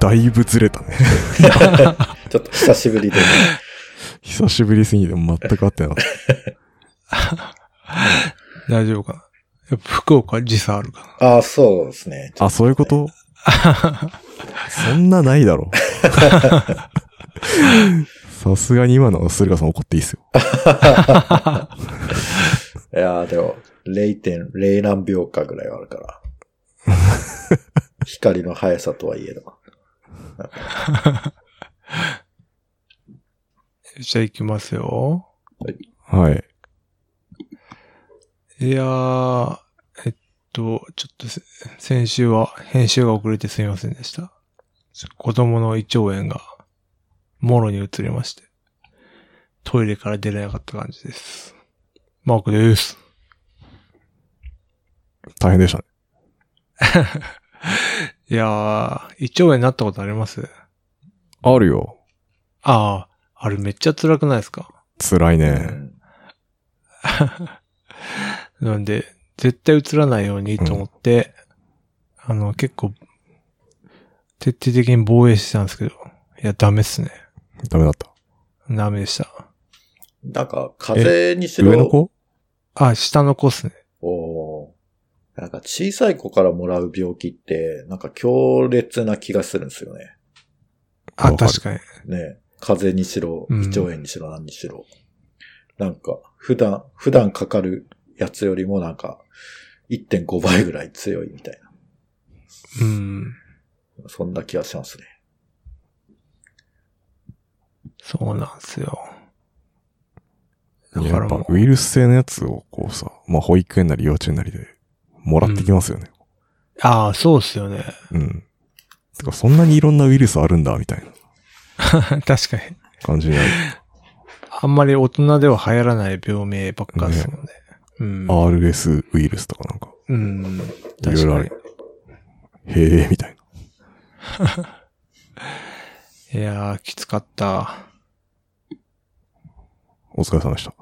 だいぶずれたね。ちょっと久しぶり で、ね。久しぶりすぎて全く合ってなかっ大丈夫かな。やっぱ福岡時差あるかああ、そうですね。 た。あ、そういうことそんなないだ ろ。さすがに今のは駿河さん怒っていいっすよ。いやーでも、0.0何秒かぐらいはあるから。 光の速さとはいえど。な。じゃあ行きますよ。はい。いやー、えっと、ちょっとせ先週は編集が遅れてすみませんでした。ちょ子供の胃腸炎が、もろに移りまして、トイレから出れなかった感じです。マークです。大変でしたね。いやー、胃腸炎になったことありますあるよ。ああ、あれめっちゃ辛くないですか辛いうね。んなんで、絶対映らないようにと思って、あの、結構、徹底的に防衛してたんですけど、いや、ダメっすね。ダメだった。ダメでした。なんか、風邪にしろ。上の子あ、下の子っすね。おーなんか、小さい子からもらう病気って、なんか強烈な気がするんですよね。あ、わかる確かに。ね風邪にしろ、胃うん腸炎にしろ、何にしろ。なんか、普段、普段かかるやつよりもなんか、1.5倍ぐらい強いみたいな。うん。そんな気がしますね。そうなんすよ。だかやらっぱもう、ウイルス性のやつをこうさ、まあ保育園なり幼稚園なりでもらってきますよね。ああ、そうっすよね。 うん。てかそんなにいろんなウイルスあるんだ、みたいな確かに。感じになる。あんまり大人では流行らない病名ばっかですもんね。うん。 RS ウイルスとかなんか、うん。いろい確ろあかにる。。へえ、みたいな。いやー、きつかった。お疲れ様でした。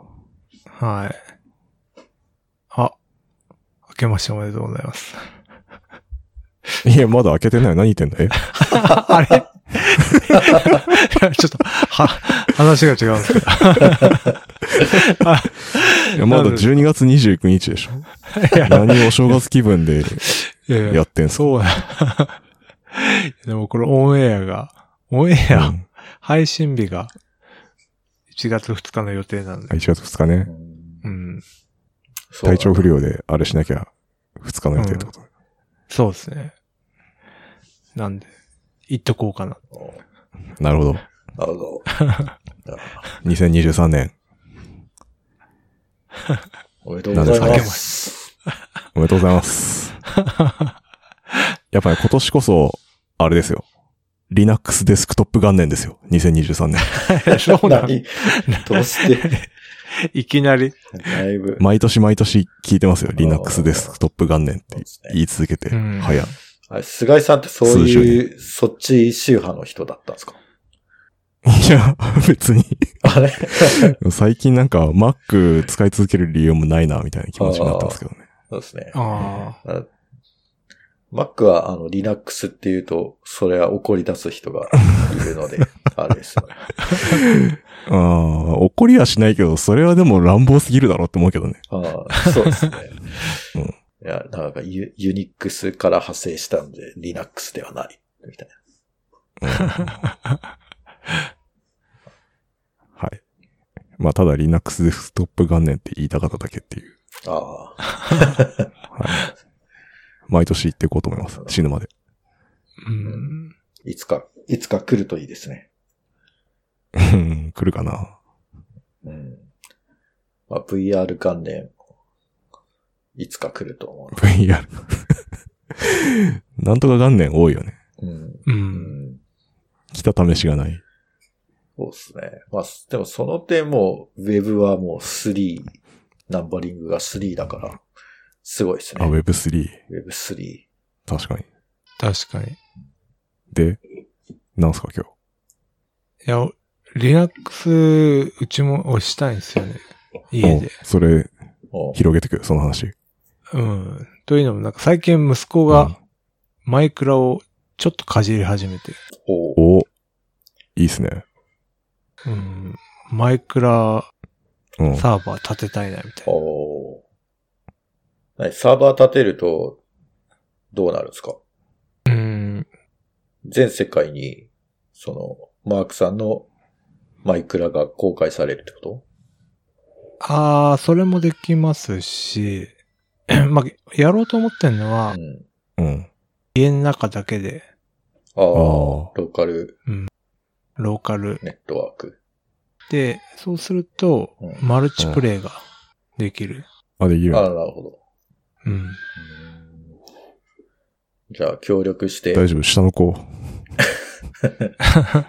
はい。あ、明けましておめでとうござ います。いや、まだ開けてない。何言ってんだえあれ ちょっと、は、話が違うんですけど。あ いや、まだ12月29日でしょ何お正月気分でいやいやや、ってんすかそうだ。でもこれオンエアが、オンエア、うん配信日が1月2日の予定なんで。 1月2日うね。んうん。そう体調不良であれしなきゃ2日の予定ってこと。そうですね。なんで、言っとこ うかな。なるほど。なるほど。だ2023年、おめでとうございなんま。ですおめでとうございます。やっぱり今年こそ、あれですよ。Linux デスクトップ元年ですよ。2023年。そうな の何どうしていきなり。だいぶ。毎年毎年聞いてますよ。Linux デスクトップ元年って言い続けて、うん早。あれ菅井さんってそう数十いう、そっち宗派の人だったんですかいや、別に。あ れ最近なんか Mac 使い続ける理由もないな、みたいな気持ちになったんですけどね。そうですね。ああ Mac は、あの、Linux っていうと、それは怒り出す人がいるので、あれですよね。ああ、怒りはしないけど、それはでも乱暴すぎるだろうって思うけどね。ああ、そうですね。うんいや、なんかユ、ユニックスから派生したんで、Linux ではない。みたいはい。まあ、ただ Linux デスクトップ元年って言いたかっただけっていう。な。ああ、毎年言っていこうと思います。死ぬまで。 あ。うん。いつか、いつか来るといいですね。うん来るかな。うん。まあ、VR 関連、いつか来ると思 VR。なんとか元年多いよね。う。うん。う。うんん。来た試しがない。そうですね。まあ、でもその点もう、Web はもう3、ナンバリングが3だから、すごいですあ、ね。 Web3。 Web3。確かに。確かに。で、なんすか今いや、Linux、うちも押したいんですよね。日。家おで。それ、お広げてく、その話。うん。というのも、なんか最近息子がマイクラをちょっとかじり始めて。おーお、いいっすね。うん。マイクラうん。サーバー立てたいな、みたいな。おーはいサーバー立てると、どうなるんですかうん。全世界に、その、マークさんのマイクラが公開されるってこああ、それもできますし、 まあ、やろうと思ってんのとはう、ん。うん。家の中だけで、ああ、あローーカルローカルネットワーク。で、そうするとうん、マルチプレイができる。あ、できる。ああ、なるほど。うん。うんじゃあ、協力して、大丈夫。下の子。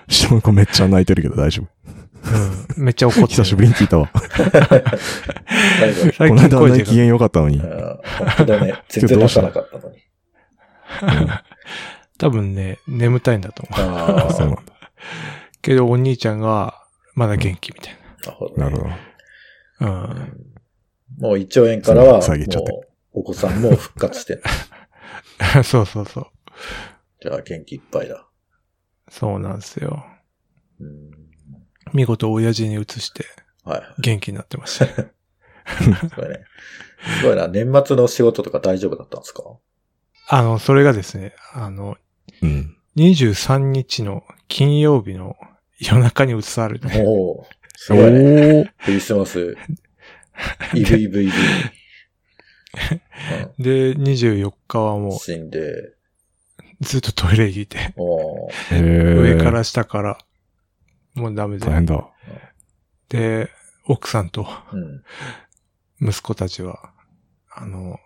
下の子めっちゃ泣いてるけど大丈夫。うん。めっちゃ怒ってる。 久しぶりに聞いたわ。こ大丈夫。 最の近間あん声なでにか機嫌良かったのに。あー本当 だね。全然出さなかったのに。多分ね、眠たいんだと思う。ああ、 そうなんだ。けど、お兄ちゃんが、まだ元気みたいなるほどねなるほど。な。ううん。んもう1兆円からは、も下げちゃってう、お子さんも復 活してる、そうそうそう。じゃあ、元気いっぱいだ。そうなんですよ。うん見事、親父に移して、はい。元気になってました。すごいね。すごいな。年末の仕事とか大丈夫だったんですかあの、それがですね、あの、うん。 23日の金曜日の夜中に移されて、おーすおごいね。ー。クリス マス。イブイブイブ。うんで、24日はも死んで、う、ずっとトイレにいて、おーへー上から下から、もうダメ大変で。だ。で、奥さんとうん。息子たちは、あの、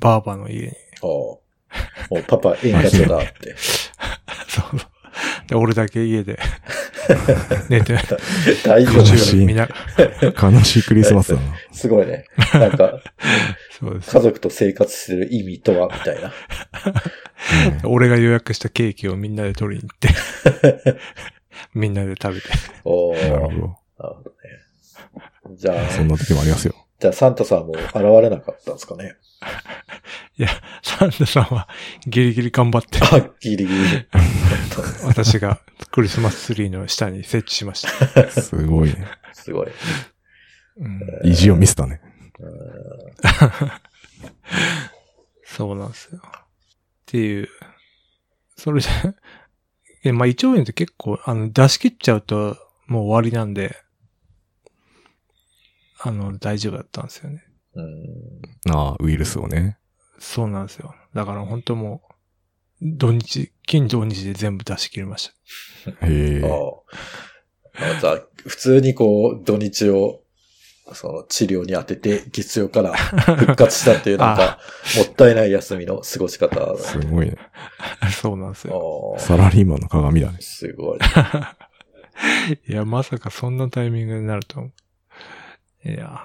ばあばの家に。 おーもうパパ、演歌所だって。そうそう。で、俺だけ家で寝て、大丈悲夫。しい見な悲しいクリスマスだな。すごいね。なんか、そうです。家族と生活してる意味とは、みたいな。俺が予約したケーキをみんなで取りに行って、みんなで食べて。おうんなるーほど。なるほどね。じゃあ、そんな時もありますよ。じゃあサンタさんも現れなかったんですかね。サンタさんはギリギリ頑張って、あ、ギリギリ。私がクリスマスツリーの下に設置しました。すごいね。すごい。うん意地を見せたね。そうなんですよ。っていう。それで、えまあ、胃腸炎って結構、あの、出し切っちゃうともう終わりなんで、あの、大丈夫だったんですよね。うん。ああ、ウイルスをね。そうなんですよ。だから本当もう、土日、金土日で全部出し切りました。へあえ。あ。また、普通にこう、土日を、その治療に当てて、月曜から復活したっていう、な んか、もったいない休みの過ごし方だね。すごいね。 そうなんですあよ。ーサラリーマンの鏡だね。すごい。いや、まさかそんなタイミングになると思う。いや。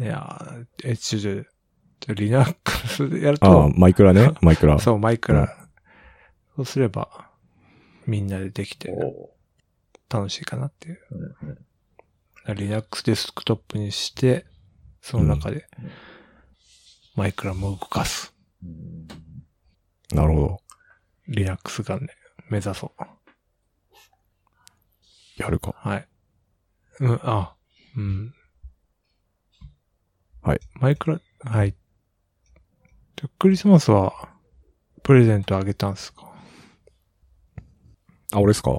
いや、え、ちょ、ちょちょ、リナックスでやるああ、と、マイクラね。マイクラ。そう、マイクラ。そうすれば、みんなでできておー楽しいかなっていう。うんうんリナックスデスクトップにして、その中でうん、マイクラも動かす。うんなるほど。リナックス元年、目指そう。やるか。はい。うん、あ、うん。はい。マイクラ、はい。でクリスマスは、プレゼントあげたんすかあ、俺ですか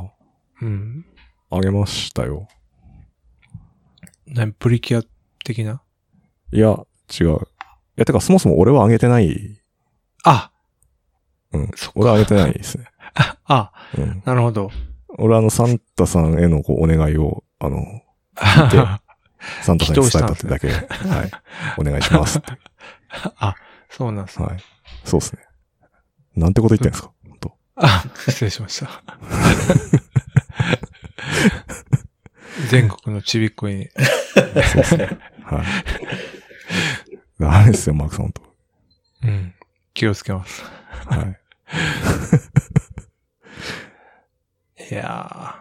うん。あげましたよ。なプリキュア的ないや、違う。いや、てか、そもそも俺はあげてない。あ、うんそっか。俺はあげてないです ね。あ、うん。なるほど。俺はあの、サンタさんへのこうお願いを、あの、てサンタさんに伝えたってだけで、はい。お願いし ますって。 そうなんすね。はい。そうですね。なんてこと言ってんですか本当あ、失礼し ました。全国のちびっこに、そうですね。はい。ダメですよ、マークさん、本うん、気をつけます。当はい。いや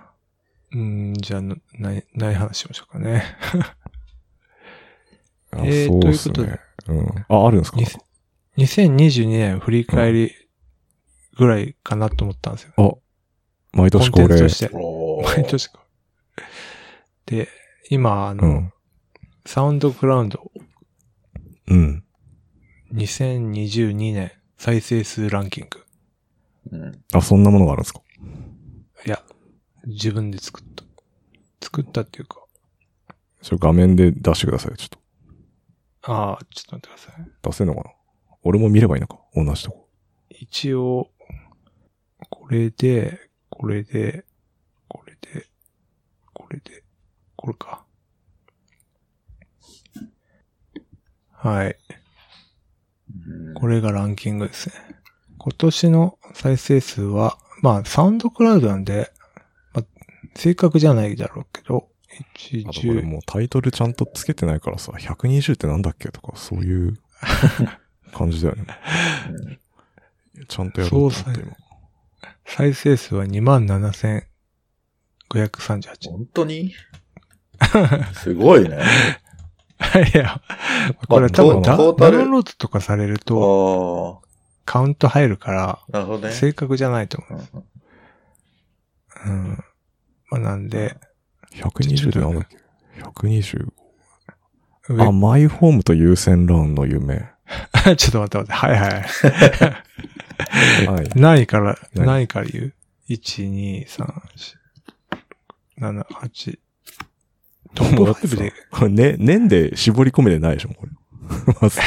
ー。うん、じゃあ、な、ない、ない話しましょうかね。あえーそうですというね。うん。あ、あるんですかにせ2022年振り返りぐらいかなと思ったんですよ。毎コ年ン恒テン例ツと。して。お毎ー年か。で、今、あの、うん。サウンドクラウンドうん。 2022年再生数ランキング。うん。あ、そんなものがあるんですかいや、自分で作った。作ったっていうか、ちょ、画面で出してくださいよ。ちょっああ、ちょっと待ってください。と。出せんのかな俺も見ればいいのか同じとこ。一応、これで、これで、これで、これで、これか。はい。これがランキングですね。今年の再生数は、まあ、サウンドクラウドなんで、まあ、正確じゃないだろうけど、1、あとこれ10、もうタイトルちゃんとつけてないからさ、120ってなんだっけとか、そういう 感じだよね。ちゃんとやろうと思ってそう今。再生数は27,538。本 当にすごいね。 いや、これ多分ダトーダタルウンロードとかされるああとカウント入るかー、なるほどら、ね。正確じゃないと思うんう。うん。まあなんで、 120ってなんだっけ ?125。上あ、マイホームと優先ランの夢。 ちょっと待って待って、はいはい。はい。ないから、何ないから言う。1、2、3、4、7、8。トップだって5さで。これね、年で絞り込めてないでしょ、これ。ま ず、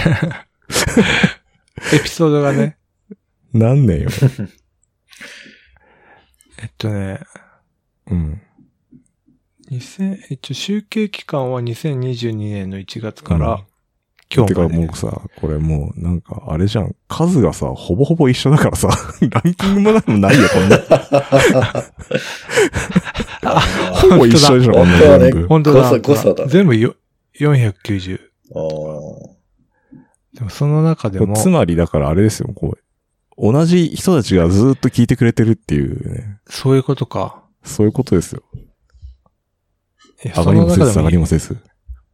エピソードが ね、何年よ。えっとね、うん。 2000、一応集計期間は2022年の1月かうんら、今て日かまで。もうさ、これもうなんかあれじゃん、数がさ、ほぼほぼ一緒だからさ、ランキングも何もないよ、こんな。あ ほぼ一緒でしょ、こんな本当だね全部本当だ。誤差誤差だ全部よ490。ーでもその中でこれも、つまりだからあれですよ、こう。同じ人たちがずっと聞いてくれてるっていうね。そういうことか。そういうことですよ。いや上がりもせず下そのが中でりももせず。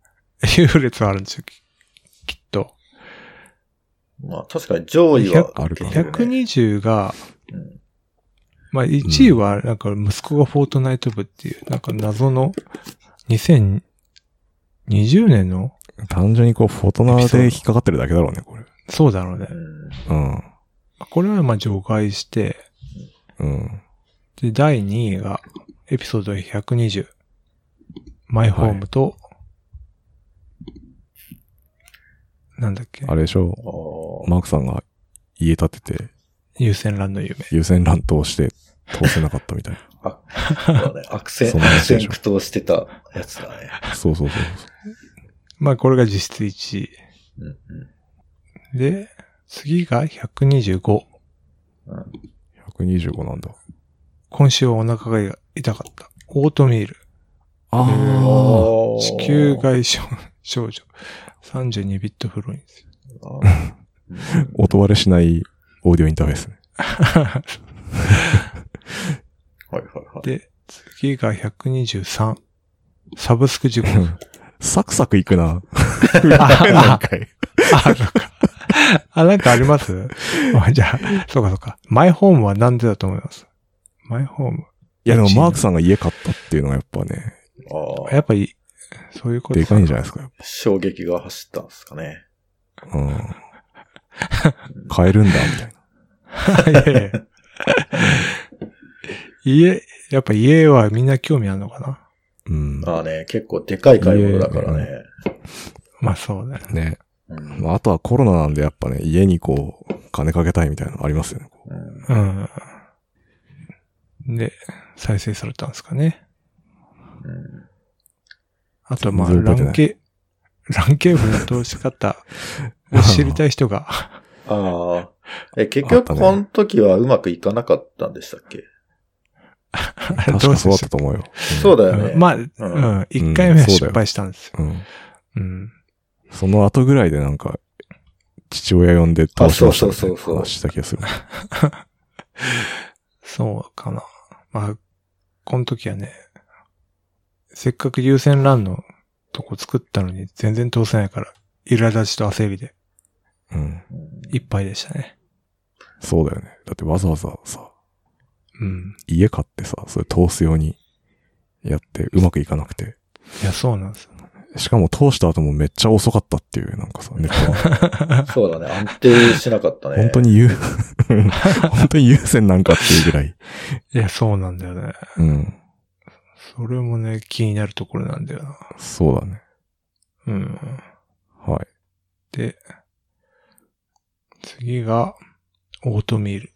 優劣はあるんですよ、ききっと。まあ確かに上位は100あるか人。 120が、うんまあ1位はなんか息子がフォートナイト部っていう、なんか謎の2020年の単純にこう、フォトナーで引っかかってるだけだろうね、これ。そうだろうねう。んうん。これはまあ除外して、うん。で、第2位がエピソード120。マイホームと、なんだっけあれでしょ、あーマークさんが家建てて、優先欄の夢。優先乱闘して通せなかったみたい そう だね悪戦、そんな悪話で戦しょ苦闘してたやつだね。な。そうそうそうそう。まあこれが実質1位。うんうんで、次が125。 125なんだ。今週はお腹が痛かった。オートミール。あ子宮。外症症状。32ビットフロインですよ。あーー音割れしないオーディオインターフェースね。はいはいはい。で、次が123。サブスク事故。 サクサクいくな。 何、あ回。あそっか。あ、なんかありますあじゃあ、そうかそうか。マイホームはなんでだと思いますマイホーム。いやでもマークさんが家買ったっていうのがやっぱね、あーやっぱり、そういうことでかいんじゃないですか。やっ衝撃が走ったんですかね。ぱうん。買えるんだ、みたいな。い やいやいや家、やっぱ家はみんな興味あるのかなうん。まあね、結構でかい買い物だからね。まあそうだね。ね。うんまあ、あとはコロナなんでやっぱね、家にこう、金かけたいみたいなのありますよね。うんうん。で、再生されたんですかね。うんあとまあ、全ラ然覚ンケ、ランケーブルの投資方を知りたい人が、ああ。え、結あった局ねこの時はうまくいかなかったんでしたっけ確どうかしそうだっましたたと思うよ。そうだよね。まあ、うん、一回目は失敗したんですよ。うん。うん。その後ぐらいでなんか、父親呼んで投資をしたみたいあそうそうそうなそう話した気がする。そうかな。まあ、この時はね、せっかく優先欄のとこ作ったのに全然通せないから、苛立ちと焦りでうん。うんいっぱいでしたね。そうだよね。だってわざわざさ、うん。家買ってさ、それ通すようにやってうまくいかなくて。いや、そうなんですよ。しかも通した後もめっちゃ遅かったっていう、なんかさ、ネットがそうだね。安定しなかったね。本当に優、 本当に優先なんかっていうぐらい。いや、そうなんだよね。うん。それもね、気になるところなんだよな。そうだね。うん。はい。で、次が、オートミール。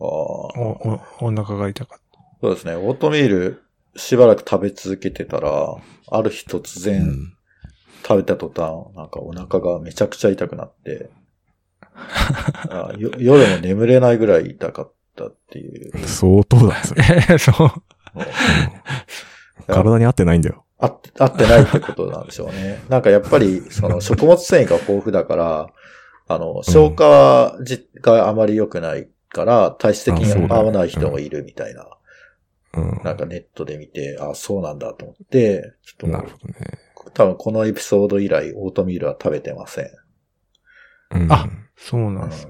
ああ。お、お、お腹が痛かっそうですね。オートミール、しばらく食べ続けてたら、ある日突う然ん。食べた途端、なんかお腹がめちゃくちゃ痛くなって、あよ夜も眠れないぐらい痛かったっていう。相当だね、それ。 た。え、そう。もう体に合ってないんだよ。合って、合ってないってことなんでしょう ね。なんかやっぱり、その食物繊維が豊富だから、あの、消化じがあまり良くないから、体質的あそうにだ合わない人もいるみたいな、うん。なんかネットで見て、あ、そうなんだと思って、ちょっなとるほどね。多分このエピソード以来、オートミールは食べてません。うん、あそうなんです。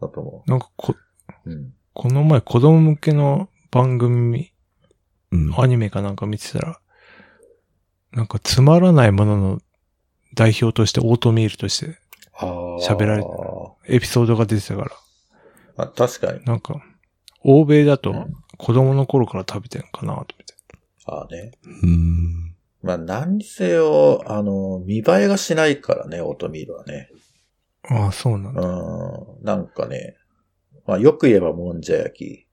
だと思なんかこ、う。うん。この前子供向けの番組、うん。アニメかなんか見てたら、なんかつまらないものの代表としてオートミールとして喋られてエピソードが出てたから、あ、確かに。なんか、欧米だうとん子供の頃から食べてるのかなと思って。ああね。うん。まあ、何にせよ、あの、見栄えがしないからね、オートミールはね。ああ、そうなんだ。うん。なんかね、まあ、よく言えばもんじゃ焼き。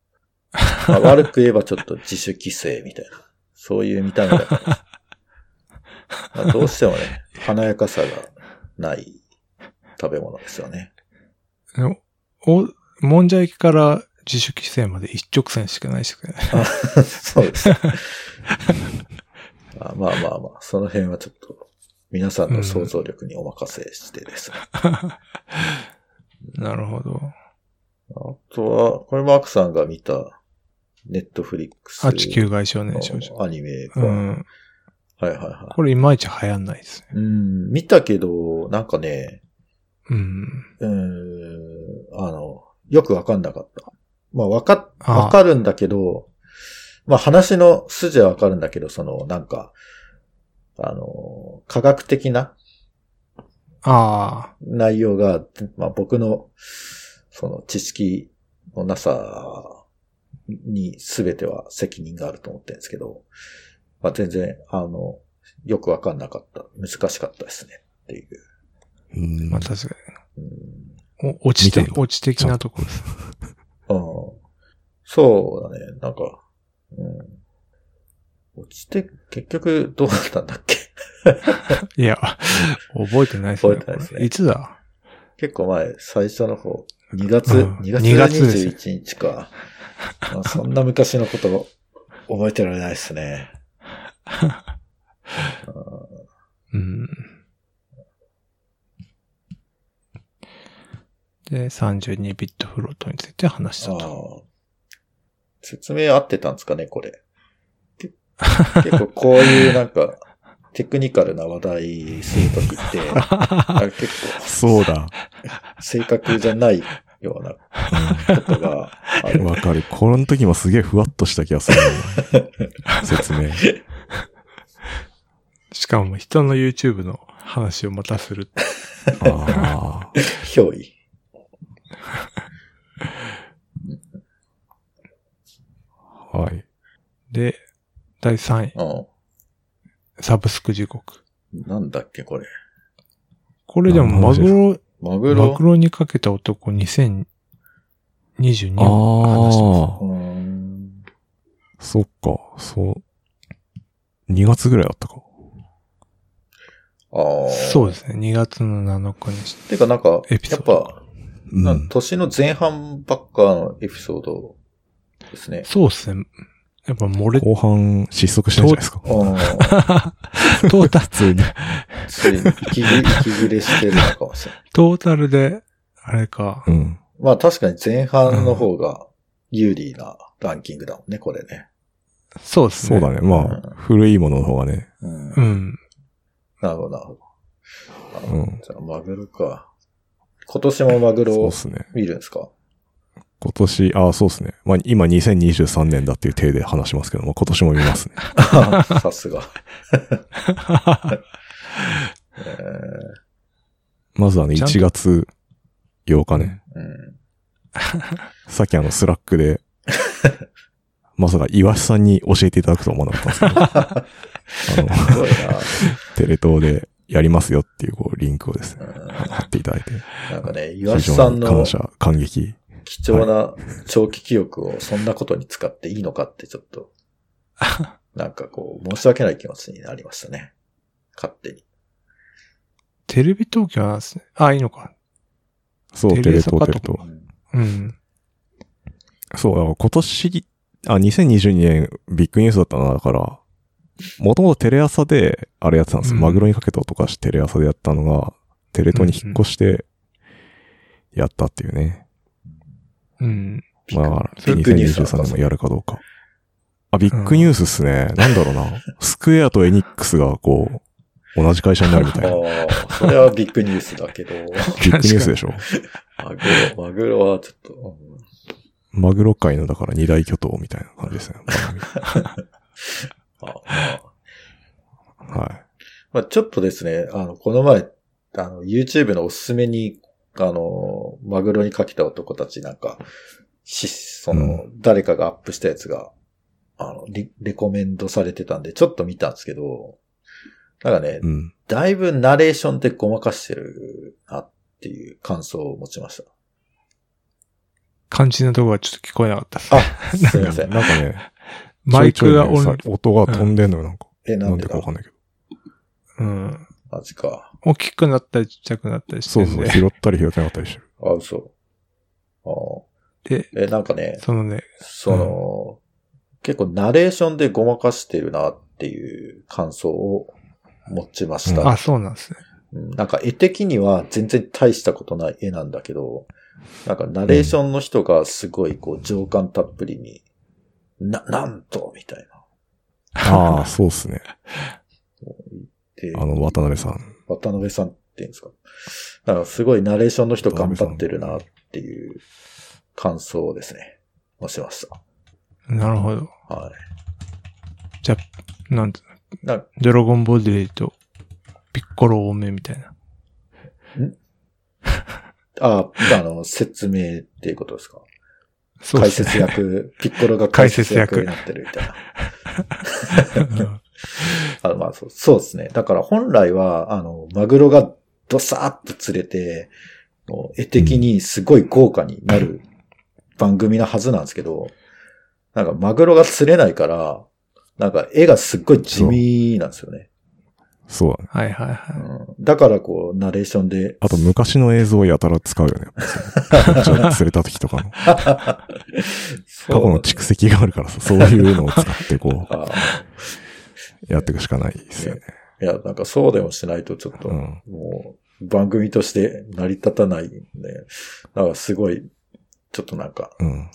まあ、悪く言えばちょっと自主規制みたいな。そういう見た目だから。まあ、どうしてもね、華やかさがない食べ物ですよね。でもお、もんじゃ焼きから自主規制まで一直線しかないですけどね。あそうです。あまあまあまあ、その辺はちょっと、皆さんの想像力にお任せしてですね。なるほど。あとは、これマークさんが見た、ネットフリックスあ、地球外少年少女。のアニメか、うん。はいはいはこれいまいち流行んないですね。い。うん、見たけど、なんかね、うん。うん、あの、よくわかんなかった。まあ、わか、あわかるんだけど、まあ話の筋はわかるんだけど、その、なんか、あの、科学的なあ内容が、まあ、僕の、その知識のなさに全ては責任があると思ってるんですけど、まあ、全然、あの、よくわかんなかった。難しかったですね。っていう。うんあ、まあ確かうんに。お落ちて見た、の落ち的なところです。あーそうだね。なんか、うん。落ちて、結局、どうだったんだっけ いや、覚えてないです覚ね。えてないですねこれいつだ結構前、最初の方、2月、うん2月2月ですよ21日か。まあそんな昔のこと、覚えてられないですね。うん。で、32ビットフロートについて話したあと。あ説明合ってたんですかね、これ。け 結構こういうなんか、テクニカルな話題するときって、なんか結構そうだ。正確じゃないようなことが ある。わかる。この時もすげえふわっとした気がするな。説明。 しかも人の YouTube の話をまたするって。ああ。憑依。はい。で、第3位、うサブスク時刻。ん。なんだっけ、これ。これでもマグマロ、グロマグロにかけた男2022あを話してます。あ。うーん。そっか。そう。2月ぐらいあったか。ああ。そうですね。2月の7日にして。てかなんか、エピソやーっドぱ、うなんん。年の前半ばっかのエピソードですね。そうですね。やっぱ漏れ、 後半失速したんじゃないですか。うん。トータル、普通に。ついに息切れ息切れしてるのかもしれない。トータルで、あれか、うん。まあ確かに前半の方が有利なランキングだもんね、これね。そうですそね。うだね。まあ、古いものの方がね。うん。うん。 なるほど、なるほど。あうんじゃあマグロか。今年もマグそうっロすね。見るんですか今年、ああ、そうですね。まあ、今2023年だっていう体で話しますけども、今年も見ますね。 さすが。えまずあの、ちゃんと1月8日ね。ーうんさっきあの、スラックで、まさか岩下さんに教えていただくとは思わなかったんですけど、あの、すごいテレ東でやりますよっていう、こう、リンクをですね、な。うん貼っていただいて、なんかね、岩非橋さ常んにの感謝、感激。貴重な長期記憶をそんなことに使っていいのかってちょっと、なんかこう、申し訳ない気持ちになりましたね。勝手に。テレビ東京なんですね。あ、いいのか。そう、テテレレ東東、かテとレ東。うん。そう、だから今年、あ、2022年ビッグニュースだったな、だから、もともとテレ朝で、あれやってたんですよ、うんマグロにかけたとかしてテレ朝でやったのが、テレ東に引っ越して、やったっていうね。うん。まあ、だからビッグニュースだっ2023たんで年すもねやるかどうか。あ、ビッグニュースっすね。なんだろうな。スクエアとエニックスが、こう、同じ会社になるみたいあな。 あ、それはビッグニュースだけど、ビッグニュースでしょ。マグロ、マグロはちょっと、うんマグロ界のだから二大巨頭みたいな感じですね。まあまあはまあ、ちょっとですね、あの、この前、あの、YouTube のおすすめに、あの、マグロにかけた男たちなんか、し、その、誰かがアップしたやつが、あの、リ、レコメンドされてたんで、ちょっと見たんですけど、なんかねい。、うん。だいぶナレーションってごまかしてるなっていう感想を持ちまし肝心なところはちょっと聞こえなかったですた。あ、ね。すいません。なんかね、マイクがちょいちょいね、さ音音が飛んでんのよ、なんか。え、ななんんででかだわかんないけど。うん。マジか。大きくなったりちっちゃくなったりしてそうるんそう、で。拾ったり拾ってなかったりして る。あ、嘘。あで、え、なんかね、そのね、その、結構ナレーションでごまかしてるなっていう感想を持ちましあ、た。そうなんですね。うんなんか絵的には全然大したことない絵なんだけど、なんかナレーションの人がすごいこう情感たっぷりに、な、なんとみたいな。ああ、そうっすね。であの、渡辺さん。渡辺さんって言うんですか。なんかすごいナレーションの人頑張ってるなっていう感想をですね、持ちましなるほど。た。はい。なんていうのなんかドラゴンボディとピッコロ多めみたいな。あ、あの、説明っていうことですかそうで解すね説役、ピッコロが解説役になってるみたいな。あのまあそうそうですね。だから本来は、あの、マグロがドサーッと釣れて、もう絵的にすごい豪華になる番組なはずなんですけど、なんかマグロが釣れないから、なんか絵がすっごい地味なんですよね。そうだね。 はいはいうんはだからこう、ナレーションで、あと、昔の映像をやたら使うよね。じゃあ、釣れた時とかの。過過去の 蓄積があるからさ、そういうのを使って、こあう、やっていくしかないですよね。いや、なんかそうでもしないとちょっと、うん。もう、番組として成り立たないんで、なんかすごい、ちょっとなんか、うん。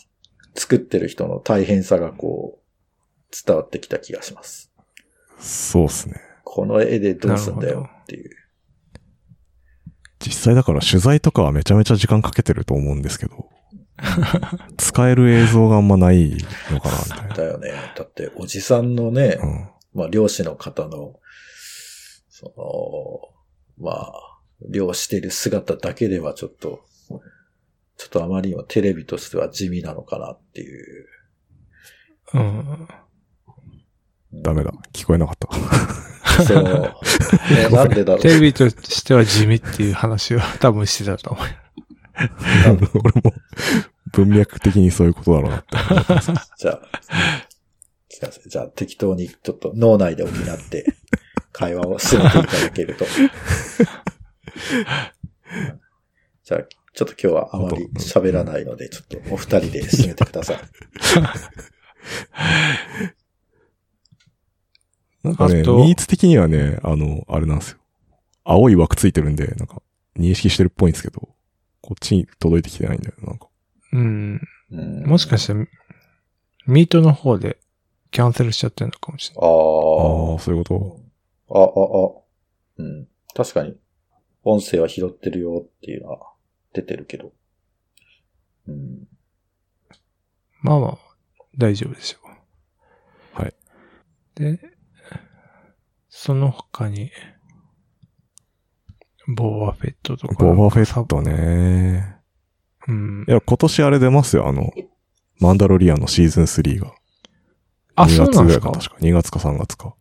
作ってる人の大変さがこう、伝わってきた気がします。そうっすね。この絵でどうすんだなるほよっていう。実際だから取材とかはめちゃめちゃ時間かけてると思うんですけど、使える映像があんまないのかな、みたいな。だよね。だって、おじさんのね、うん。まあ、漁師の方の、その、まあ、漁してる姿だけではちょっと、ちょっとあまりにもテレビとしては地味なのかなっていう。い。うん。ダメだ。聞こえなかった。その、ねなんでだろうテ。レビとしては地味っていう話を多分してたと思う。 俺も、文脈的にそういうことだろうなって。じゃあ、すいません。じゃあ適当にちょっと脳内で補って 会話を進めていただけると。じゃあ、ちょっと今日はあまり喋らないので、ちょっとお二人で進めてください。なんかね、あとニーツ的にはね、あの、あれなんですよ。青い枠ついてるんで、なんか、認識してるっぽいんですけど、こっちに届いてきてないんだよ、なんか。うん。うんもしかして、ミートの方でキャンセルしちゃってるのかもしれない。あーああ、そういうこと。あ、あ、あ、うん。確かに、音声は拾ってるよっていうのは出てるけど。うん。まあまあ、大丈夫でしょう。はい。で、その他に、ボーバーフェットとか。ボバフェットね。うんい。や、今年あれ出ますよ、あの、マンダロリアンのシーズン3が。あ、 2そう月なんぐでらすいかか確か。2月か3月か。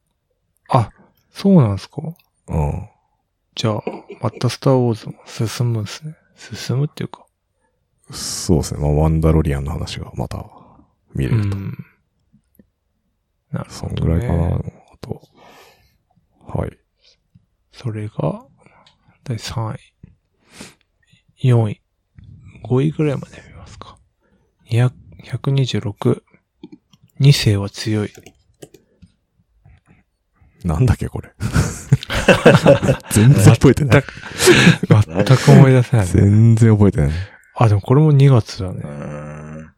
あ、そうなんですかうん。じゃあ、またスターウォーズも進むんですね。進むっていうか。そうですね。まあ、マンダロリアンの話がまた見れうると。ん。なるそほんど、ぐね。らいかな、あと。はい。それが、第3位、4位、5位ぐらいまで見ますか。200 126、2世は強い。なんだっけ、これ。 全然覚えてない。全く思い出せない。全然覚えてない。 あ、でもこれも2月だうね。ーん。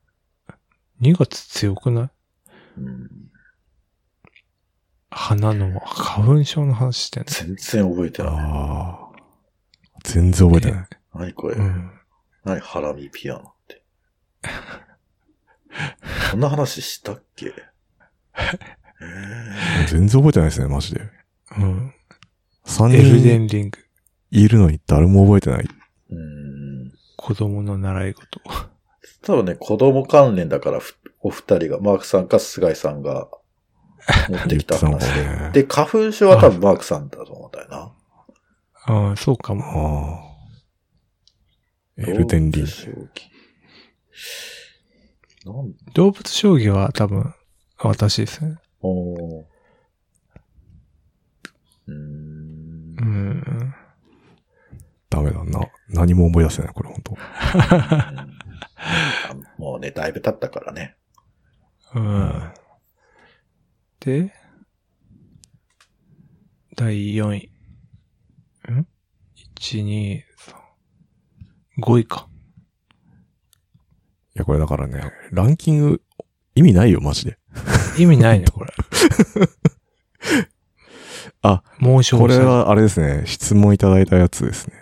2月強くないうん花の、花粉症の話してんの。全然覚えてない。ああ。全然覚えてない。何これうん。何ハラミピアノって。こんな話したっ けえー全然覚えてないですね、マジで。うん。 3エルデ人ンリング、いるのに誰も覚えてない。うん子供の習い事。多分ね、子供関連だから、ふお二人が、マークさんか菅井さんが持って言ってき たたのか話もで。ね。で、花粉症は多分マークさんだと思うんだよな。うん、そうかあも。あ。 エルデンリンどうグで。しょうなん動物将棋は多分、私ですね。おーう ーんう。ん。ダメだな。何も思い出せない、これ本当もうね、だいぶ経ったからね。うん。で、第4位。ん ?1、2、3。5位か。いや、これだからね、ランキング、意味ないよ、マジで。意味ないね、これ。あ、猛暑これ。は、あれですね、質問いただいたやつですね。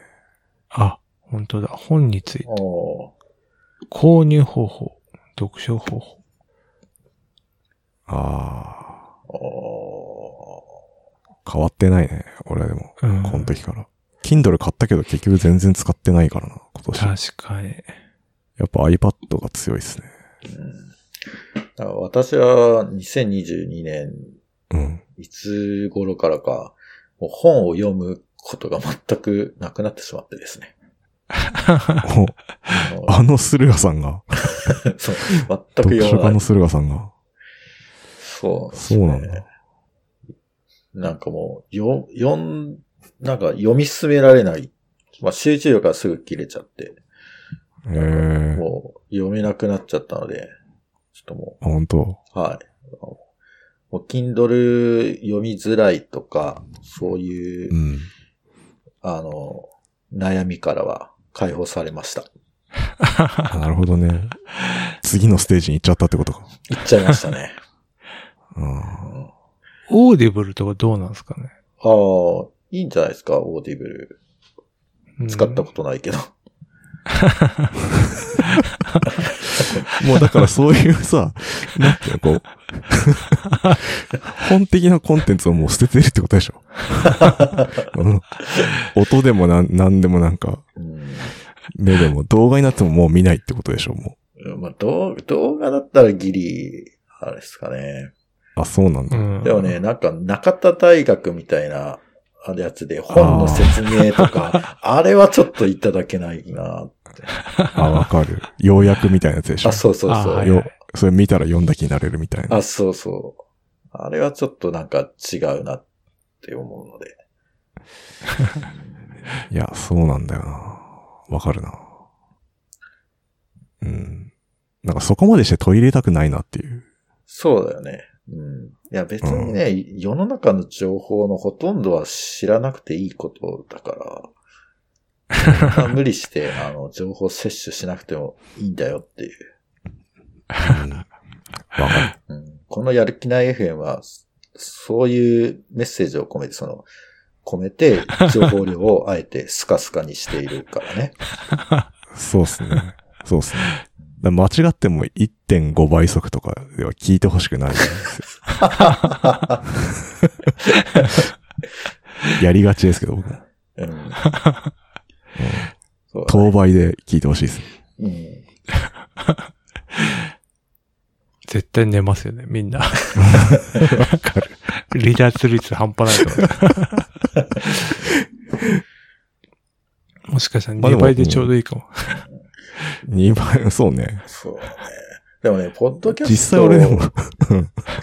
あ、本当だ。本について。おー購入方法。読書方法。あおー、変わってないね、俺はでも、うん。この時から。Kindle 買ったけど結局全然使ってないからな、今年。や確かに。っぱ iPad が強いですね。ーうんだから私は2022年うん。いつ頃からか、もう本を読むことが全くなくなってしまってですね。お あのあの駿河さんが、 そう、全読く書読家まなのい。駿河さんが。そうですそうね、なんだ。なんかもう、よ、読ん、なんか読み進められない。まあ集中力がすぐ切れちゃって、えー、あ、もう読めなくなっちゃったので、ちょっとも本当う、はい。もう Kindle 読みづらいとか、そういう、うん。あの、悩みからは解放されました。あなるほど ね。次のステージに行っちゃったってことか。行っちゃいました ね。うんうんオーディブルとかどうなんですかね。ああ、いいんじゃないですか、オーディブル。うん使ったことないけど。もうだからそういう さ、なんていうの、こう、 本的なコンテンツをもう捨ててるってことでし ょ。うん音でもなん、なんでもなんか、うん。目でも動画になってももう見ないってことでしょ、もまあ、動動画だったらギリ、あれですかね。う。あ、そうなんうだ。ん。でもね、、なんか中田大学みたいな、あれやつで本の説明と か、あれはちょっといただけないな。あ、わかる。ようやくみたいなやつでしょ。あ、そうそうあそはう。いよ、それ見たら読んだ気になれるみたいな。あ、そうそう。あれはちょっとなんか違うなって思うので。いや、そうなんだよな。わかるな。うん。なんかそこまでして取り入れたくないなっていう。そうだよね。うん。いや別にね、世の中の情報のほとんどは知らなくていいことだ から、そんな無理して、あの、情報摂取しなくてもいいんだよっていう。うんわかる。うん、このやる気ない FM は、そそういうメッセージを込めて、その、込めて、情報量をあえてスカスカにしているからね。そうっすね。そうっすね。だから間違っても1.5倍速とかでは聞いてほしくないんです よ。やりがちですけど、僕も。 うん。そうだね当倍で聞いてほしいです。うん。絶対寝ますよね、みんな。離脱率半端ないと思う。もしかしたらまあで2も倍でちょうどいいかも。 2倍、そうね。そうね。でもね、ポッドキャ実ス際トを俺でも、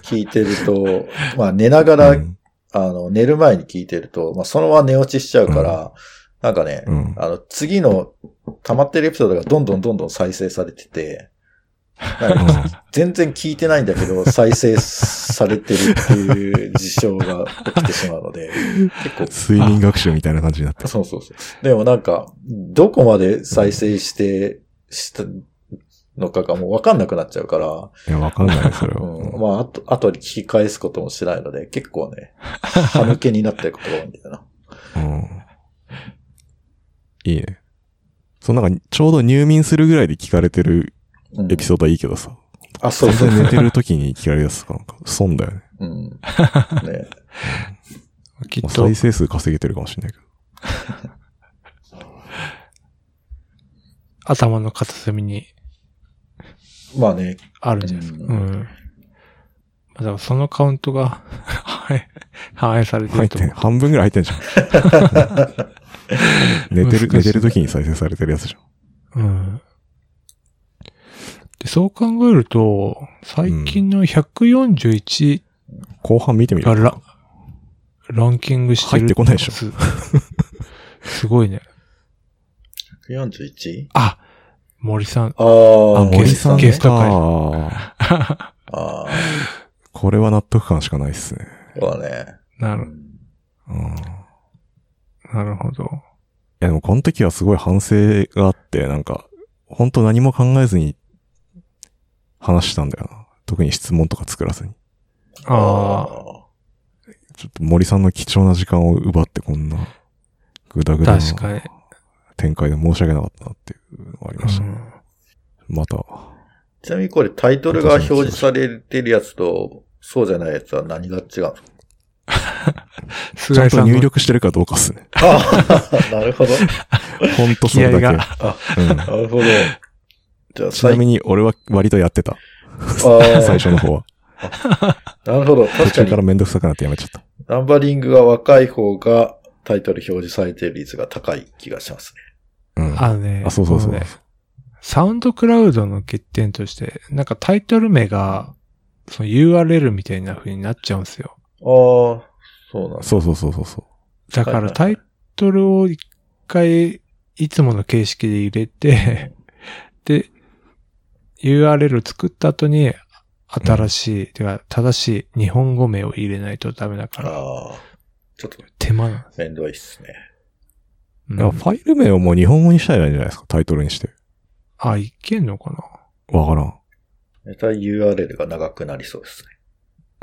聞いてると、まあ寝ながら、うんあの、寝る前に聞いてると、まあそのまま寝落ちしちゃうから、なんかね、うんあの、次の溜まってるエピソードがどんどんどんどん再生されてて、なんか全然聞いてないんだ けど、再生されてるっていう事象が起きてしまうので、結睡眠学習みたいな感じになって構、。 そうそうそう。でもなんか、どこまで再生して、したのかがもうわかんなくなっちゃうから、いや、わかんないよそ れは。うん、まあ、あと、あとで聞き返すこともしないので、結構ね、歯抜けになってることが多いんだよな。うんいいね。そう、なんか、ちょうど入眠するぐらいで聞かれてるうんエピソードはいいけどさ。あ、そうそ全う然そう寝。てる時に聞かれるやつとか、なんか、損だよね。うん。ね。きっまあと再、生数稼げてるかもしれないけど。頭の片隅にまあね、あるんじゃないですか。ううんん。まあ、でもそのカウントが 反映、反映されて入っるとて思ん、う。半分ぐらい入ってんじ ゃん。寝てる、難寝しいてる時に再生されてるやつじうん。で、そう考えると、最近の141ゃん。後半見てみがる。ラ,、ランキングしてる。入ってこないでしょす。 すごいね。 141? あ、森さん。あーあ、森森さんゲスト会か。ああ、これは納得感しかないっすね。そうだね。なうる、んうん。いなるほど。や、でもこの時はすごい反省があって、なんか、本当何も考えずに話したんだよな。特に質問とか作らずに。あちょっと森さんの貴重な時間を奪ってこんな、ぐだぐだあ、な確かに。展開で申し訳なかったなっていうのがありましたうね。んまた、ちなみにこれタイトルが表示されてるやつと、そうじゃないやつは何が違うんですかちゃ菅ん井さとん入の力してるかどうかっす ね。ああ、 なるほど。ほんとそれだ気け。合うんなるほど。じゃあ、ちなみに、に俺は割とやってた。あ最初の方 は。あ、なるほど。途確か中にから、めんどくさくなってやめちゃった。ナンバリングが若い方がタイトル表示されてる率が高い気がしますね。うん。あのね、あ、そうそうそこのうね。サウンドクラウドの欠点として、なんかタイトル名が、その URL みたいな風になっちゃうんですよ。ああ、そうなんです。そうそうそうそうそう。だかはいはらいタイトルを一回、いつもの形式で入れて、で、URL を作った後に、新しい、てか、正しい日本語名を入れないとダメだから、ああ、ちょっと手間なんです。めんどいっすね。ういやんファイル名をもう日本語にしたらいいんじゃないですか。タイトルにして。あ、いけんのかわからん。ネタ URL が長くなりそうですね。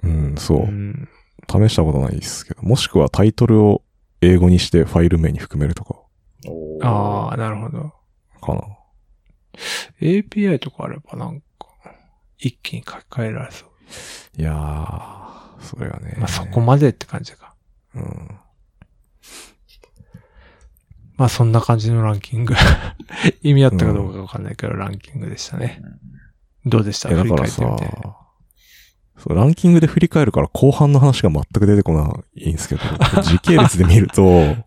うん、なそうう。ん。試したことないですけど。もしくはタイトルを英語にしてファイル名に含めるとか、おーああ、なるほど。かな。 API とかあればなんか、一気に書き換えられそう。いやー、それはね。まあ、そこまでって感じか。うん。まあ、そんな感じのランキング。 意味あったかどうかわかんないけど、ランキングでしたね。どうでしたいや、だか振りら返っさてみて。、そうランキングで振り返るから後半の話が全く出てこないんですけど、時系列で見る と、やっ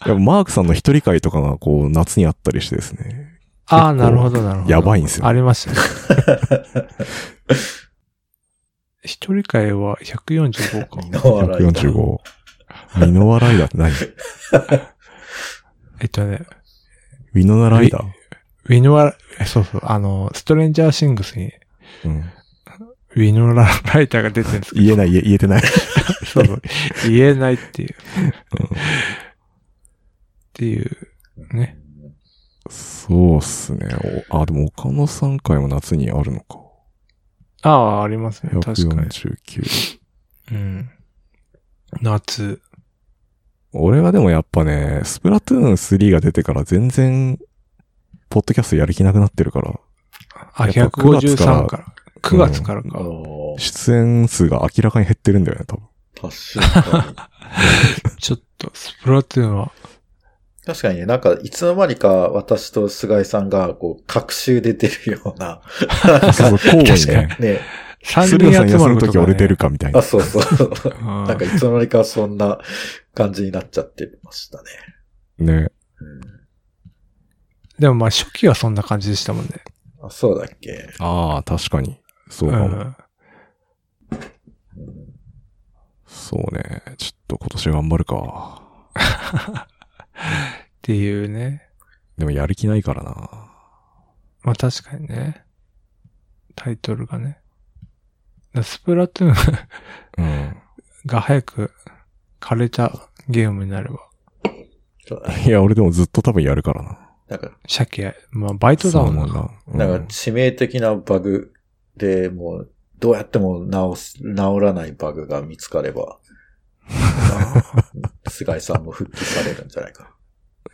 ぱマークさんの一人会とかがこう夏にあったりしてですね、ああ、なるほど、なるほど。やばいんですよ。ありましたね。 一人会は145か。 の笑いだ。 145。ミノワライダーって何えっとね、ミノナライダーウィノラ、えそうそう、あの、ストレンジャーシングスにうん。ウィノラライターが出てるんですけど、言えない、言え言えてない。そうそう言えないっていう。っていう、ね。そうっすね。おあ、でも岡野さん会も夏にあるのか。ああ、ありますね。確かに。 149。うん。夏。俺はでもやっぱね、スプラトゥーン3が出てから全然、ポッドキャストやる気なくなってるから、あ、やっぱ9 153から。9月からあか。ー出演数が明らかに減ってるんだよね、多分。 確かに。ちょっと、スプラトゥーンは、確かにね、なんか、いつの間にか私と菅井さんが、こう、隔週で出るような、なんかそうそう、交互にね。ね、ス3ル人ヤさん集休まむるとときき俺出るかみたいなあ、。そうそう。ななんか、いつの間にかそんな感じになっちゃってましたね。ね。でもまあ初期はそんな感じでしたもんね。うん、あそうだっけ、ああ、確かに。そううかも。ん。うんそうね。ちょっと今年頑張るか。っていうね。でもやる気ないからな。まあ確かにね。タイトルがね。だスプラトゥーうンん。が早く枯れたゲームになれば。そうだねいや、俺でもずっと多分やるからな。なんか、鮭や、まあバイトだもんな。な。うなんかん、致命的なバグで、もう、どうやっても直す、直らないバグが見つか れば、菅井さんも復帰されるんじゃないか。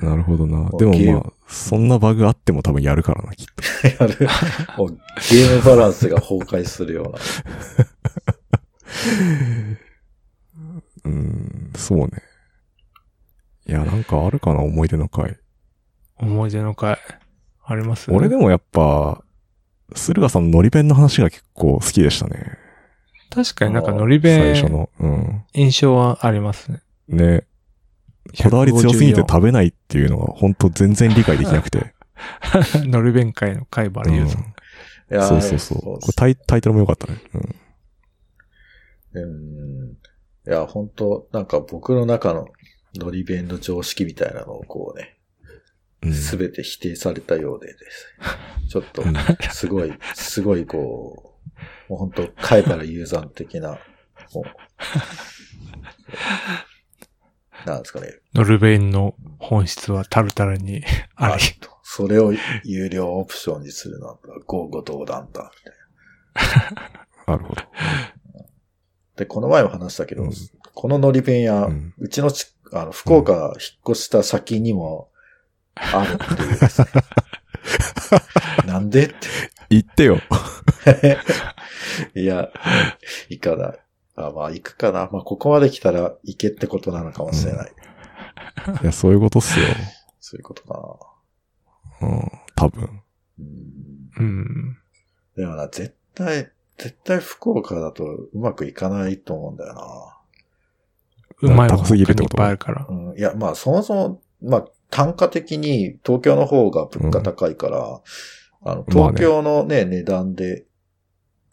なるほどなも。うでもゲーまムあ、そんなバグあっても多分やるからな、きっと。やる。もう、ゲームバランスが崩壊するような。うん、そうね。いや、なんかあるかな、思い出の回。思い出の会。あります俺でもやっぱ、駿河さんのノリ弁の話が結構好きでしたね。確かになんかあーノリ最初弁の。うん。印象はありますね。ね。こだわり強すぎて154食べないっていうのが本当全然理解できなく て。ノリ弁会 の会原う優んさん。いやーそうそうそう。これタイタイトルも良かったね。うん。うん。いや、本当なんか僕の中のノリ弁の常識みたいなのをこうね、うんすべて否定されたようでです、 ちょっとうん、すごい、すごいこう、もう本当貝原雄山的な、もう、なんですかね、ノルベインの本質はタルタルにあり。と。それを有料オプションにするなんだ、豪語道断だ、みたいな。なるほど。で、この前も話したけど、うんこのノリ弁屋、ううんちのち、あの、福岡引っ越した先にも、あるってい うですね。なんでっ言って よ。て。いや、行かない。あまあ、行くかな。まあ、ここまで来たら行けってことなのかもしれない。いや、そういうことっすよ。そういうことかうん。多分。な。うんうん。でもな、絶対、絶対福岡だとうまくいかないと思うんだよな。うまいもん高すぎるってこと他にいっぱいあるから。うん、いや、まあ、そもそも、まあ、単価的に東京の方が物価高いから、あの、まあ東ね京のね、値段で、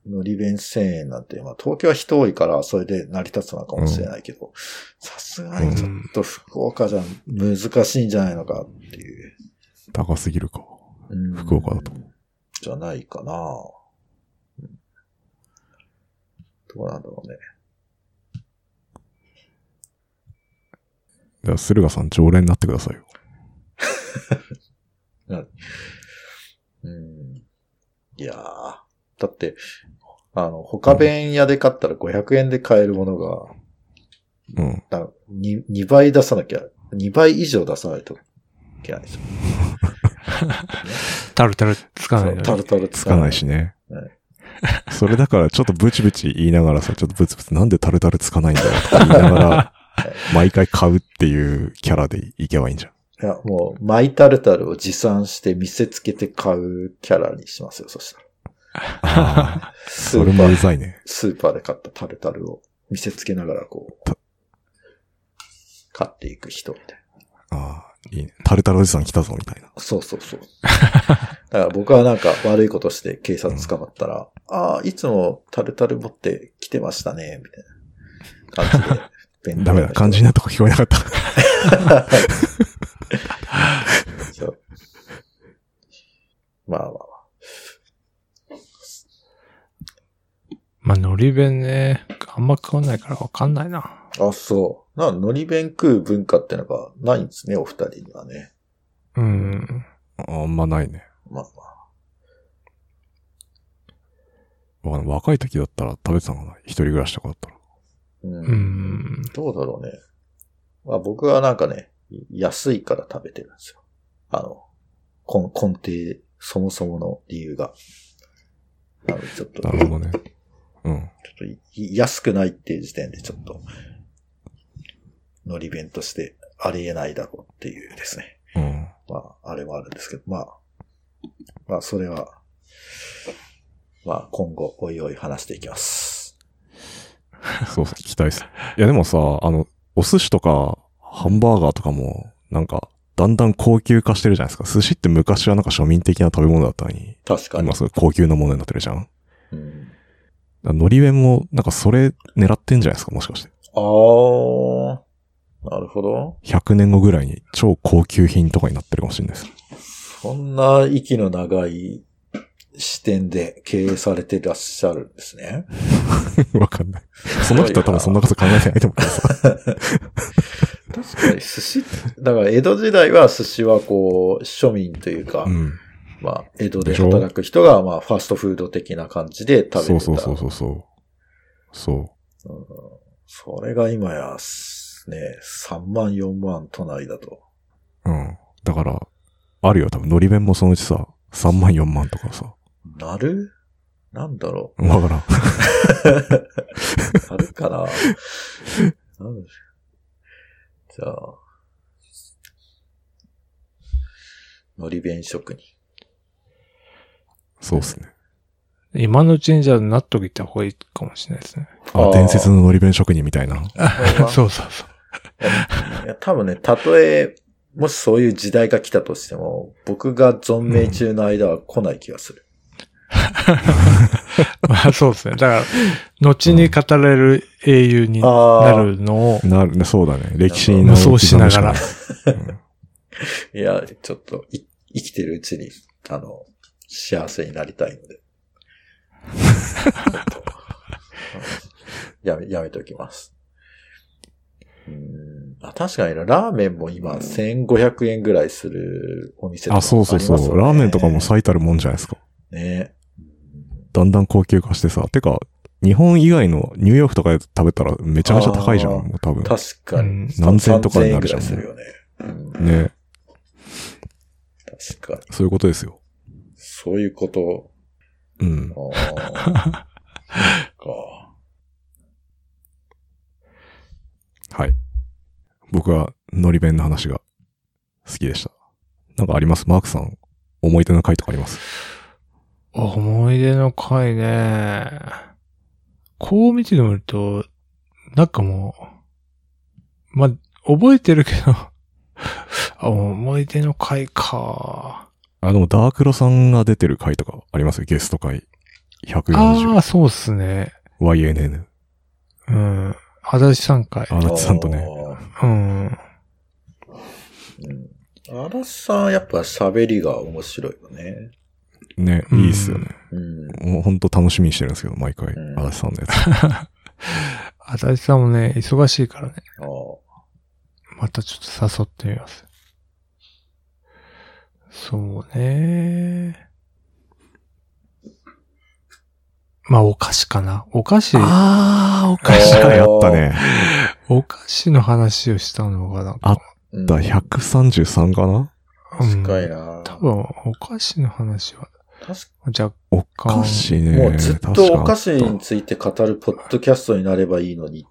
の利弁1000円なんて、まあ、東京は人多いから、それで成り立つのかもしれないけど、さすがにちょっと福岡じゃ難しいんじゃないのかっていう。高すぎるか。うん福岡だと。じゃないかなうんどうなんだろうね。じゃあ、駿河さん常連になってくださいよ。うん。いやー。だって、あの、他弁屋で買ったら500円で買えるものが、うん。な 2, 2倍出さなきゃ、2倍以上出さないといけないでしょ。タルタルつかないそうタのにルタルつかないしねは。それだからちょっとブチブチ言いながらさ、ちょっとブツブツなんでタルタルつかないんだよとか言いながら、毎回買うっていうキャラでいけばいいんじゃん。いや、もう、マイタルタルを持参して見せつけて買うキャラにしますよ、そしたら。ああ、スそれーパもうー、ざいね。スーパーで買ったタルタルを見せつけながらこうた、買っていく人みたいな。ああ、いいね。タルタルおじさん来たぞみたいな。そうそう そう。だから僕はなんか悪いことして警察捕まっ たら、ああ、いつもタルタル持って来てましたね、みたいな感じで。弁当 ダメだ、肝心なとこ聞こえなかった。そう まあまあまあ。まあ、ノリ弁ね、あんま食わないからわかんないな。あ、そう。な、のり弁食う文化ってのがないんですね、お二人にはね。うん。あんまないね。まあまあ。わかんない若い時だったら食べてたのかな一人暮らしとかだったら。うん。うん。どうだろうね。まあ僕はなんかね、安いから食べてるんですよ。あの、根根底、そもそもの理由が。なのでちょっと、なるほどね。うん。ちょっとい安くないっていう時点でちょっと、のり弁としてありえないだろうっていうですね。うん。まあ、あれもあるんですけど、まあ、まあ、それは、まあ、今後、おいおい話していきます。そうそう、聞きたいです。いや、でもさ、あの、お寿司とか、ハンバーガーとかも、なんか、だんだん高級化してるじゃないですか。寿司って昔はなんか庶民的な食べ物だったのに、確かに今。すごい高級なものになってるじゃん。だかうん、ら海苔弁も、なんかそれ狙ってんじゃないですか、もしかして。あー、なるほど。 100年後ぐらいに超高級品とかになってるかもしれないです。そんな息の長い視点で経営されてらっしゃるんですね。わかんない。 その人は多分そんなこと考えてないと思う。確かに寿司、だから江戸時代は寿司はこう、庶民と いうか、うん。まあ、江戸で働く人が、まあ、ファストフード的な感じで食そべうてた。そうそうそうそう。そうんそれが今や、すね、3万4万都内だと。う。うん。だから、あるよ、多分、海苔弁もそのうちさ、3万4万とかさ。なるなんだろわからん。う。なるかななんでじゃあ、のり弁職人。そうっすね。今のうちにじゃあなっときた方がいいかもしれないですね。 ああ、ー伝説の海苔弁職人みたいな。そうそうそう。いや多分ね、たとえ、もしそういう時代が来たとしても、僕が存命中の間は来ない気がする。まあそうですね。だから、後に語れる英雄になああ、るのを、なる、そうだね。歴史に無双しながら。いや、ちょっとい、生きてるうちに、あの、幸せになりたいので。 やめ、やめておきます。うんあ確かになラーメンも今1500円ぐらいするお店とか あ、そうそうそありますよう。ねラーメンとかも。最たるもんじゃないですか。ね。だんだん高級化してさ。てか、日本以外のニューヨークとかで食べたらめちゃめちゃ高いじゃん、あーもう多分。確かに。うん何千とかになるじゃん3000円ぐらいするよね。うんね。確かに。そういうことですよ。そういうこと。うん。あーか。はい。僕は、のり弁の話が好きでした。なんかありますマークさん、思い出の回とかあります思い出の回ね。こう見てみると、なんかもう、まあ、覚えてるけど、 あ、思い出の回か。あ、でも、ダークロさんが出てる回とかありますよゲスト回。ああ、 140。そうっすね。 YNN。うん。足立さん回。あなさんとね。うん。あー。うん。嵐さんやっぱ喋りが面白いよね。ね、いいっすよね。うん。もうほんと楽しみにしてるんですけど、毎回う。ん足立さんのやつ。足立さんもね、忙しいからね。あーまたちょっと誘ってみます。そうね。まあ、お菓子かな。お菓子、あー、お菓子かやったね。お菓子の話をしたのがなんか、うん。だ、133かなうん近いな。多分、お菓子の話は、確か若お菓子ね。もうずっとお菓子について語るポッドキャストになればいいのにっ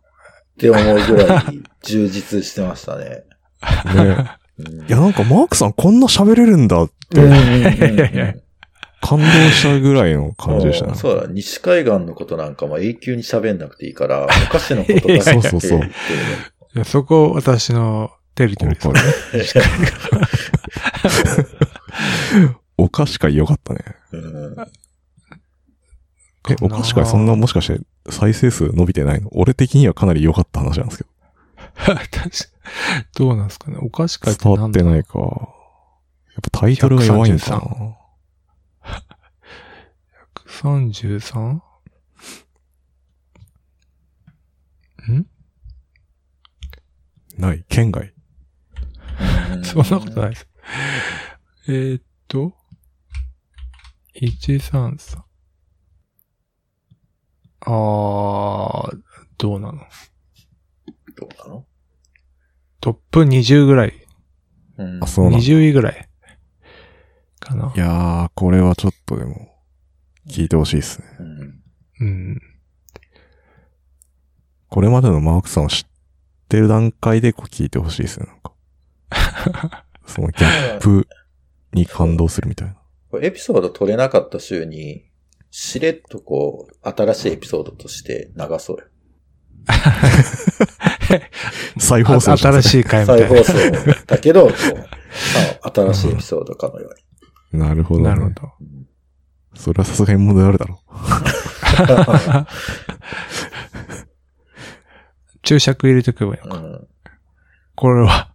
て思うぐらい充実してましたね。確かあったねうんいや、なんかマークさんこんな喋れるんだってうんうんうんやいや感動したぐらいの感じでしたうんね。そうだ、西海岸のことなんかも永久に喋んなくていいから、お菓子のことだけそうそうそう言ってるねいやそこ、私のテリトリーですわかるお菓子会よかったね。うんえ、お菓子会そんなもしかして再生数伸びてないの俺的にはかなり良かった話なんですけど。 確かどうなんですかね。お菓子会って伝わ何っだてろうないか。やっぱタイトルが弱いんかな。 33? んない。県外。そんなことないです。えーっと、133。あー、どうなのどうなのトップ20ぐらい。うんあ、そうなんだ。。20位ぐらい。かないやー、これはちょっとでも、聞いてほしいですね。うん。うん。これまでのマークさんを知ってる段階でこう聞いてほしいですね、なんか。 そのギャップに感動するみたいな。これエピソード取れなかった週に、しれっとこう、新しいエピソードとして流そうよ。再放あ送新い。しい回みた再い放送だけど、こうあの新しいエピソードかのように。なるほど、な。ね。なるほど。それはさすがに問題あるだろ注釈入れとけばいいの か。うんこれは、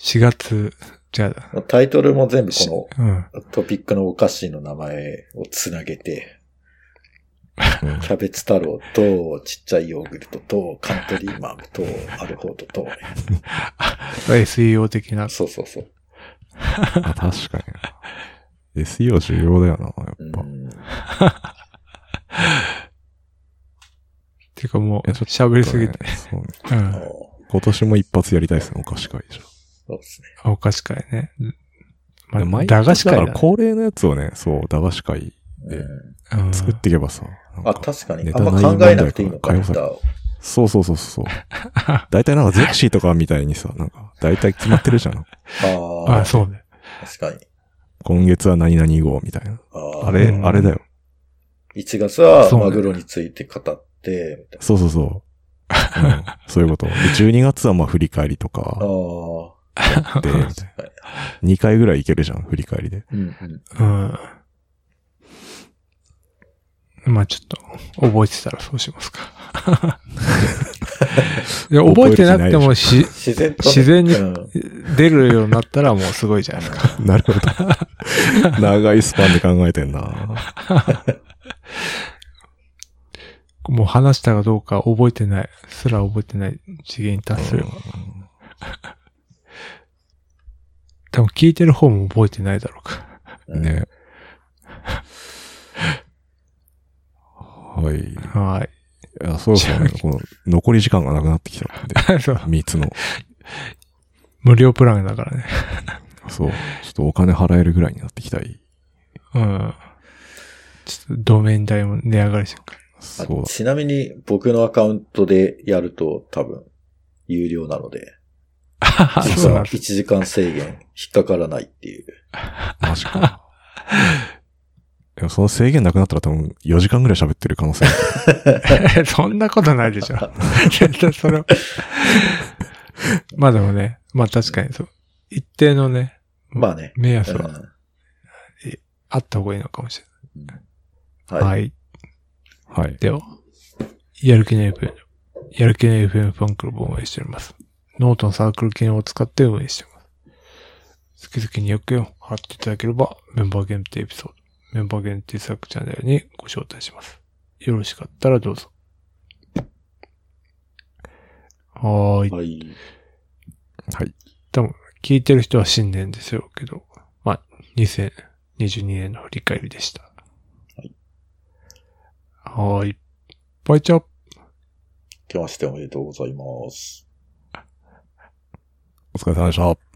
4月、じゃあ、もうタイトルも全部こうん。のトピックのお菓子の名前をつなげて、う。うんキャベツ太郎と、ちっちゃいヨーグルトと、カントリーマンと、アルフォートと、 SEO 的な。そうそうそう。あ確かに。SEO 重要だよな、やうっんぱ。てかもいう、やちょっと喋りすぎて。そうねうあん。そ今年も一発やりたいですね、お菓子会じゃ。うですね。お菓子会ね。うんでまあ、毎駄菓年子会だ、だねから。恒例のやつをね、そう、駄菓子会でうんうん 作っていけばさ。なんかあ、確かに。ネあタん内ま容考えなくていいのか、問ネ題とかタを。そうそうそうそう。大体なんかゼクシーとかみたいにさ、なんか、大体決まってるじゃん。ああ、あ、そうね。確かに。今月は何々号みたいな。あああれ、うんあれだよ。 1月はそうねマグロについて語って、みたいそうそうそう。うんそういうこと。で、12月はまあ振り返りとな。かあやあ。って、みたいはいな2回ぐらいいけるじゃん、振り返りで。うんうん。うん。まあちょっと、覚えてたらそうしますか。 いや、覚えてなくてもし、自然とね。自然にうん出るようになったらもうすごいじゃない ですか。なるほど。長いスパンで考えてんな。もう話したかどうか覚えてない、すら覚えてない次元に達する。多分聞いてる方も覚えてないだろうか。うんね。はい。いはや、そろそろね、この残り時間がなくなってきたんで、い。 そう。 3つの。無料プランだからね。そう。ちょっとお金払えるぐらいになってきたい。うん。ちょっとドメイン代も値上がりしようか。あそうだ。ちなみに僕のアカウントでやると多分有料なので、あ実は1時間制限引っかからないっていう。マジか。でもその制限なくなったら多分4時間ぐらい喋ってる可能性ある。 そんなことない でしょ。絶対それは。まあでもね、まあ確かにそう。一定のね、まあね。目安うんはあった方がいいのかもしれない。は。はいい。はい。では、やる気の FM、やる気の FM ファンクラブを運営しております。ノートのサークル機能を使って運営しています。月々200円を払っていただければ、メンバー限定エピソード、メンバー限定サークルチャンネルにご招待します。よろしかったらどうぞ。はーい。はい。はい。聞いてる人は新年でしょうけど、まあ、2022年の振り返りでした。はーい。い。バイチャー明けましておめでとうございます。お疲れ様でした。